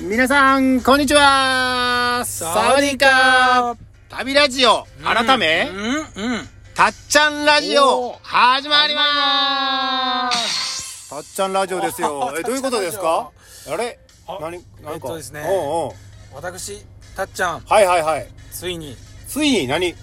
皆さん、こんにちはサワディーカー旅ラジオ、改め、うんうんたっちゃんラジおオー、始まりますたっちゃんラジオです よ。え、どういうことですかあれあ何え何っかとですねおうおう私たっちゃんはいはいはい。ついについに何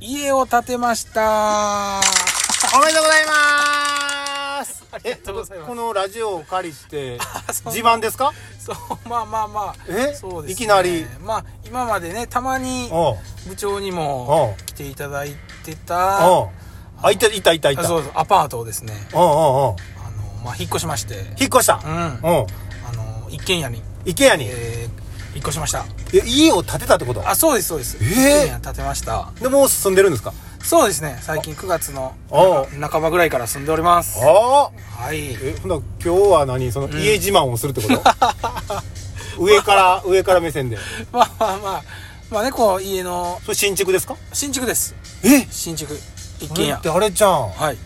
家を建てましたおめでとうございますありがとうございまえすこのラジオを借り して、そう自慢ですかそうまあまあまあえそうです、ね、いきなりまあ今までねたまにおう部長にもおう来ていただいてたおうあ、いたいたいたいた。あそうそうアパートをですねおうおうおうあの、まあ、引っ越しまして引っ越したうん。あうん。の一軒家に、池屋に、えー、引っ越しましたえ家を建てたってことあそうですそうです、えー一軒家建てましたでもう住んでるんですかそうですね最近9月のあ半ばぐらいから住んでおりますああはい えほんなら今日は何その家自慢をするって こと、上から上から目線でまあまあまあまあねこう家のそれ新築ですか新築ですえ新築一こ軒れ家ってあれじゃんはい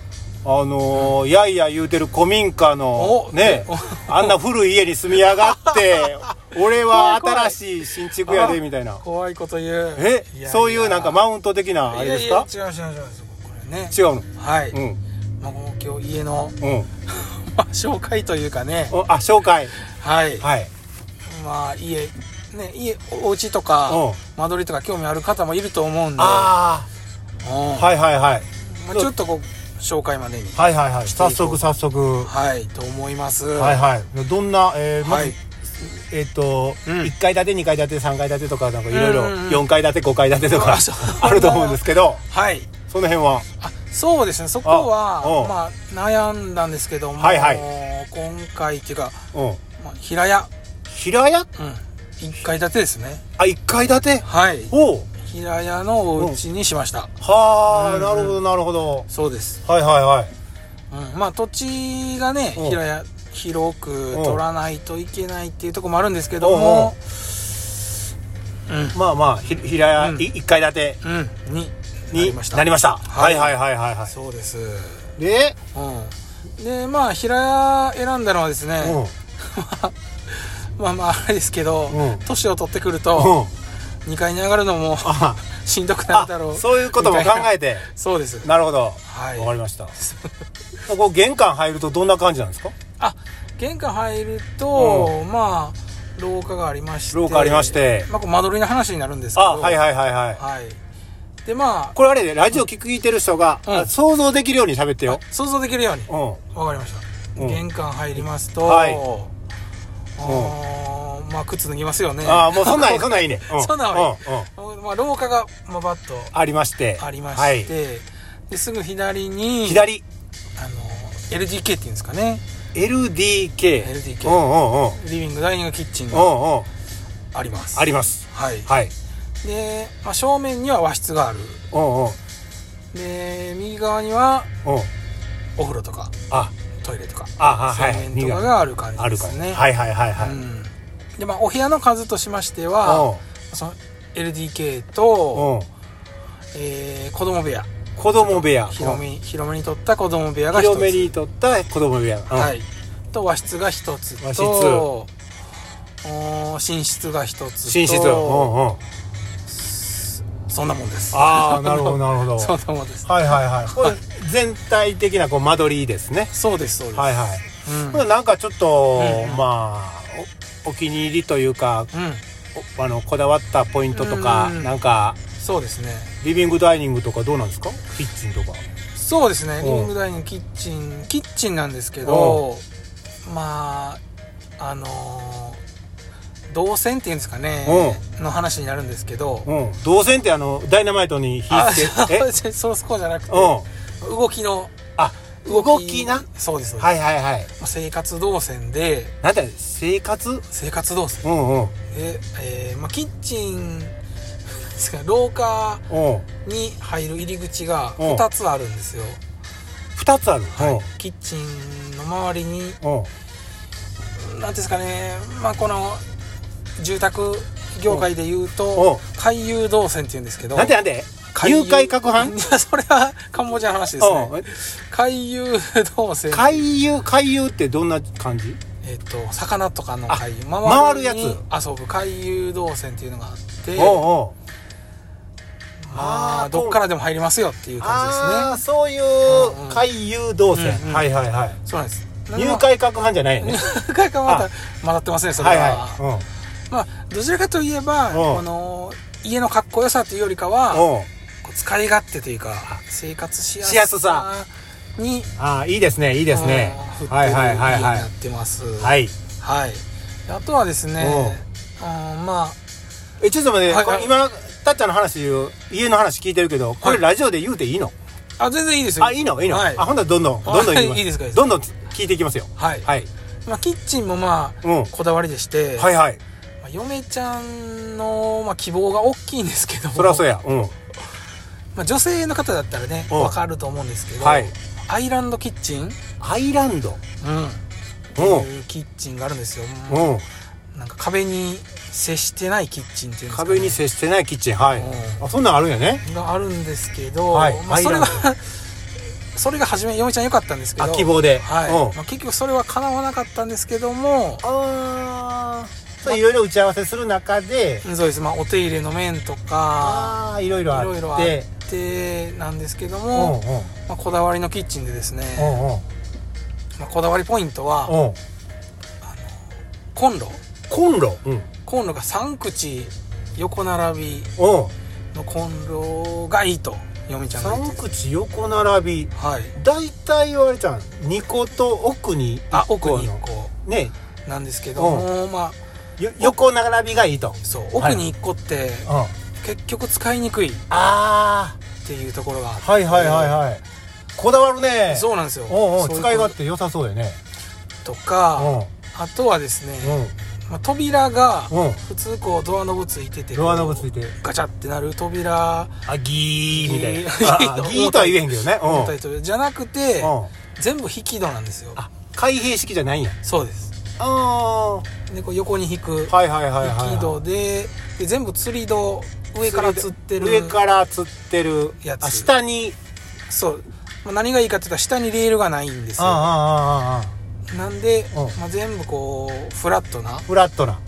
あのーやいや言うてる古民家のおねお あんな古い家に住みやがって 俺は新しい新築やあでみたいな怖いこと言うえいやいやそういうなんかマウント的なあいれやでいすやか違う違う違うこれね違うのはい、うんまあもう今日家の、うんまあ、紹介というかねおあ紹介はいはいまあ家ね家おお家とかうん間取りとか興味ある方もいると思うんであうんあはいはいはいまあ、ちょっとこう紹介までにはいはいはいしていこ早速う早速はいと思いますはいはい。どんな、えー、まはずい、えっ、と、うん1階建て、2階建て、3階建てとか、なんかいろいろうんうんう、ん4階建て、5階建てとかあそう、 あると思うんですけど、はいその辺は。あそうですねそこあおうはまあ、悩んだんですけども、はいはい今回っていうか、うん。まあ、平屋、平屋うん、1階建てですねあ、1階建てはいおう平屋のお家にしましたはあ、うんなるほど、なるほど。そうです、はいはいはい。うん、まあ土地がねおう平屋広く取らないといけないっていうところもあるんですけどおうもうんまあまあ、ひ平屋、うんい1階建てうんになにりましたなりました。ははいいはいはいはいはそうですい。で、うんでまあ平屋選んだのはですね、うん。うん。 まあまああれですけどうん年、を取ってくると2階に上がるのもあ、 しんどくなるだろあうそういうことも考えて。そうですなるほど。はいわかりました。ここ玄関入るとどんな感じなんですかあ玄関入ると、まあ廊下がありまして廊下ありましてまあ、こう間取りの話になるんですけどあ、はいはいはいはい。はいでまあこれあれで、ラジオ聞いてる人が、うんあ想像できるように喋ってよ。想像できるようにうん。わかりました、うん玄関入りますと、はいあーまあ靴脱ぎますよねああ、もうそんなんいい、そんなんいいね。う そんなんはいうんうんまあ、廊下が、まあ、バッとありまして。ありまして、はい。ですぐ左に左、あの LDK っていうんですかね LDK。 LDK うんうんうん。リビングダイニングキッチンうがんうん。ありますあります。はい、はい。で、まあ、正面には和室があるうんうん。うん。で右側にはお風呂とかあ、トイレとかあ、あ、はい。洗面とかがある感あるじでからすね。ねはいはいはいはい。う。うんん、でまあお部屋の数としましてはその LDK と、うん。えー子供部屋子供部屋。広め広めに取った子供部屋うんが一広めつにとった子供部屋。うんはい。と和室が一つ和室とおー寝室が一つと寝室。うんうん。そんなもんですああ、なる ほどなるほど。そんなもんですはいはい はい。これ全体的なこう間取りですね。そうですそうです、はいはい。うんこれなんかちょっと、うんうんまあおお気に入りというかうん、おあのこだわったポイントとか、うんうんなんかそうですねリビングダイニングとかどうなんですかキッチンとかそうですねんリビングダイニングキッチンキッチンなんですけどまああのー動線っていうんですかねの話になるんですけどうん動線ってあのダイナマイトに火あつけえそうそこじゃなくてうん動きのあ動きなそうですそうです、はいはいはいまあ生活動線でなんて生活生活動線うんうんで、えーまあ、キッチン ですか廊下うんに入る入り口がうん2つあるんですよ二つある、キッチンの周りにうんうんなんていうんですかね、まあ、この住宅業界で言ううんと回遊動線っていうんですけどなんてなんて回遊誘拐攪い拌やそれはカンボジアの話ですねうん回遊動線回遊回遊ってどんな感じえっと、魚とかの回遊あ回る回やるつや遊ぶ回遊動線っていうのがあっておうおうまあーあどっからでも入りますよっていう感じああですねそういんううん回遊動線、うんうんはいはいはいそうなんです入 会各班じゃないよね入会がまた混ざってますねそれはは、いはまあどちらかといえばうんこの家のかっこよさというよりかはいうん、うん、こう使い勝手というか生活しやすしやすさにああいいですねいいですねうんはいはいはい振ってる家はにいなってます、はいいはい、あとはですねうんまあえちょっと待って、はいこれ今たっちゃんの話を家の話聞いてるけどこれはいラジオで言うていいの、あ全然いいですよあいいのいいの、はいあほんならどんどんどんどん言います はいいいですかいいですかどんどん聞いていきますよはい、はい、まあ、キッチンもまうあんこだわりでして、はいはいまあ、嫁ちゃんの、まあ、希望が大きいんですけどもそりゃそうやうんまあ、女性の方だったらねうんわかると思うんですけど、はいアイランドキッチン、アイランドってういうキッチンがあるんですよ、んうんなんか壁に接してないキッチンっていうんですかね、壁に接してないキッチンはい、うんあそんなんあるんやねがあるんですけど、はいまあ、それアイラが それが初め嫁ちゃん良かったんですけどあ希望ではいうんまあ、結局それは叶わなかったんですけどもああいろいろ打ち合わせする中でそうです、まあ、お手入れの面とかああいろいいろあってろいろあってなんですけども、うまあ、こだわりのキッチンでですね、んうんうんまあ、こだわりポイントは、うんうんコンロコンロうんうんコンロが3口横並びのコンロがいいと嫁ちゃんが言っ三てて口横並びはい大体あれじゃん2個と奥にあ1奥個に1の個ねなんですけども、まあよ横並びがいいとそうは奥いに1個ってうんあ結局使いにくいっあていうところがあってはいはいはいはいこだわるねそうなんですよおうおうそういう使い勝手良さそうだよねとうかんあとはですね、うまあ、扉がんうん普通こうドアノブついててドアノブついてガチャってなる扉あギーみたいなギーああギーとは言えへんけどね本体う扉じゃなくてんうん全部引き戸なんですよあ開閉式じゃないんやそうですあでこう横に引くあはいはいはいはい引き戸でで全部釣り戸上から釣ってる上から釣ってるやつあ下にそう、まあ、何がいいかって言ったら下にレールがないんですよあああああなんで、うんまあ、全部こうフラットな、フラットな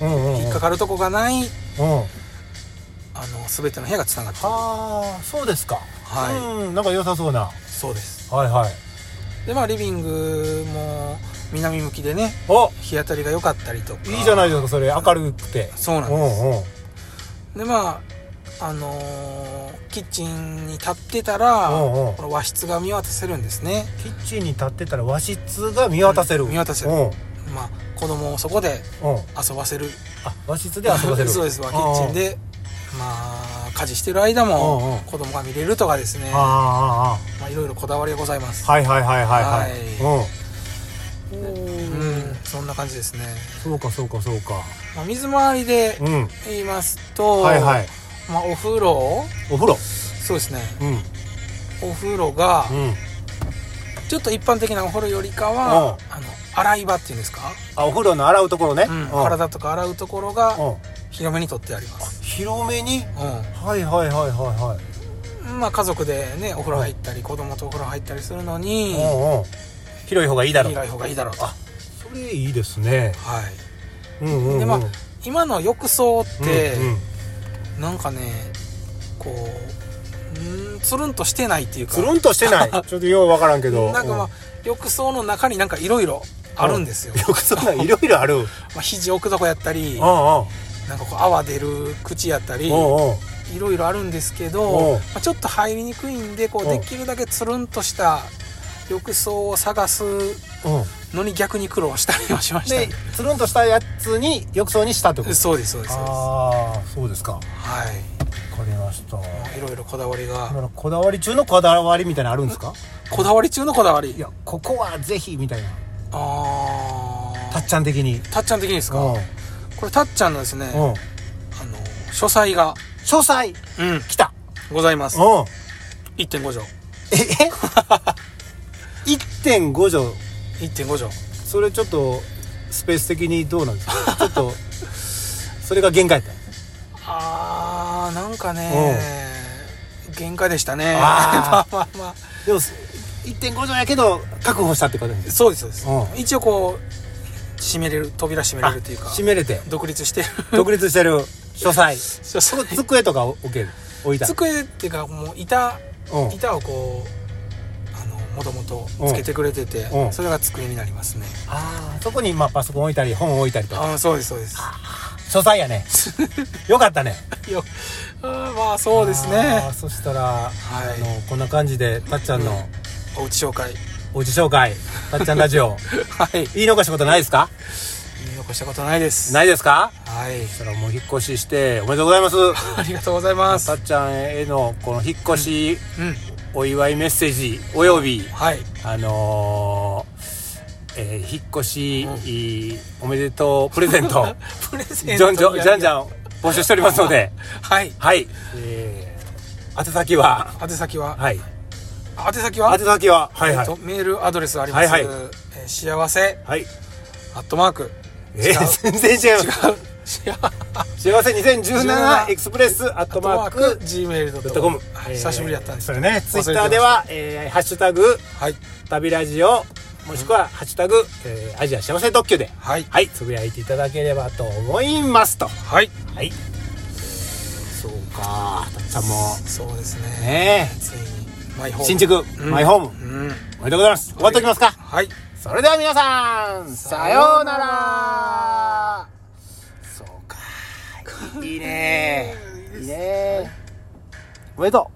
うんうんうん引っかかるとこがないうんあの全ての部屋がつながってるああそうですかはうんなんか良さそうなそうですはいはいでまあリビングも南向きでねお日当たりが良かったりとかいいじゃないいですかそれ明るくてそうなんうですんうんでまああのーキッチンに立ってたらうんうんこの和室が見渡せるんですねキッチンに立ってたら和室が見渡せるうん見渡せるうんまあ子供をそこでうん遊ばせるあ和室で遊ばせる そうですまあキッチンでまあ家事してる間うんうんも子供が見れるとかですねあああああまあいろいろこだわりがございますあはいはいはいはいはいうんうんそんな感じですね、そうかそうかそうかまあ、水回りでうん言いますと、はいはいまあ、お風呂お風呂そうですねうんお風呂がうんちょっと一般的なお風呂よりかはあの洗い場っていうんですか、あお風呂の洗うところね、うんうん体とか洗うところがうん広めに取ってあります、広めにうはいはいはいはいはい、んまあ、家族でねお風呂入ったり子供とお風呂入ったりするのにうんうん広い方がいいだろう広い方がいいだろうと、はそれいいですねい、うんうん、うん、でまあ今の浴槽っうんて、うんなんかねこううんつるんとしてないっていうかつるんとしてない ちょっとようわからんけどなんかまあ、浴槽の中になんかいろいろあるんですよ、うんよくそんない ろいろあるうんうん まあ、肘置くとこやったりうなんかこう泡出る口やったりんいうんうんろいろあるんですけおうど、まあ、ちょっと入りにくいんでこうおうできるだけつるんとした浴槽を探すのに逆に苦労したりはしましたでねつるんとしたやつに浴槽にしたってことそうですそうですそうですはああそうですかわかりましたいいろいろこだわりだがからこだわり中のこだわりみたいなのあるんですかこだわり中のこだわりいやここはぜひみたいなあたあっちゃん的にたっちゃん的にですかうんこれたっちゃんのですねうんあの書斎が、書斎うん、来たございますうん1.5畳ええ 1.5畳1.5畳それちょっとスペース的にどうなんですかちょっ とそれが限界だったあーなんかね限界でしたねあ まあまあまでも1.5畳やけど確保したってことですあそうですそうですう一応こ閉めれる扉閉めれるっていうか閉めれて独立してる独立してる書斎 そうそう机とか置ける置いた机っていうかもう板うん板をこうあのもともとつけてくれててうんそれが机になりますねああそこにまあパソコン置いたり本置いたりとかあそうですそうです書斎 やねよかったねよ あーまあそうですねあーそしたら、はいあのこんな感じでたっちゃんのおうち紹介おうち紹介、たっちゃんラジオ はい言い残したことないですか見残したことないですないですかはいそしたらもう引っ越ししておめでとうございますありがとうございますたっちゃんへのこの引っ越しうんお祝いメッセージおよびはいあのーえー引っ越し、いいおめでとうプレゼント プレゼンじゃトんじゃんじゃんじゃん募集しておりますのではいはい、えー、宛先は宛先ははい宛先は宛先ははいえはっいとメールアドレスありますはいえはー幸せはいアットマー クえー、全然違う幸幸せ2017エクスプレスアットアットママーークク gmail.com .com 久しぶりやったんですそよれねツイッターでは、えーハッシュタグはい旅ラジオもしくは「ハッシュタグ、えーアジア幸せ特急で」はいはいつぶやいていただければと思いますとはいはい、えーそうかたっちゃんもそうですねねついにマイホーえ新ム築、うんマイホームうんおめでとうございます終わっておきますかはいそれでは皆さんさようならそうかいいねいいねおめでとう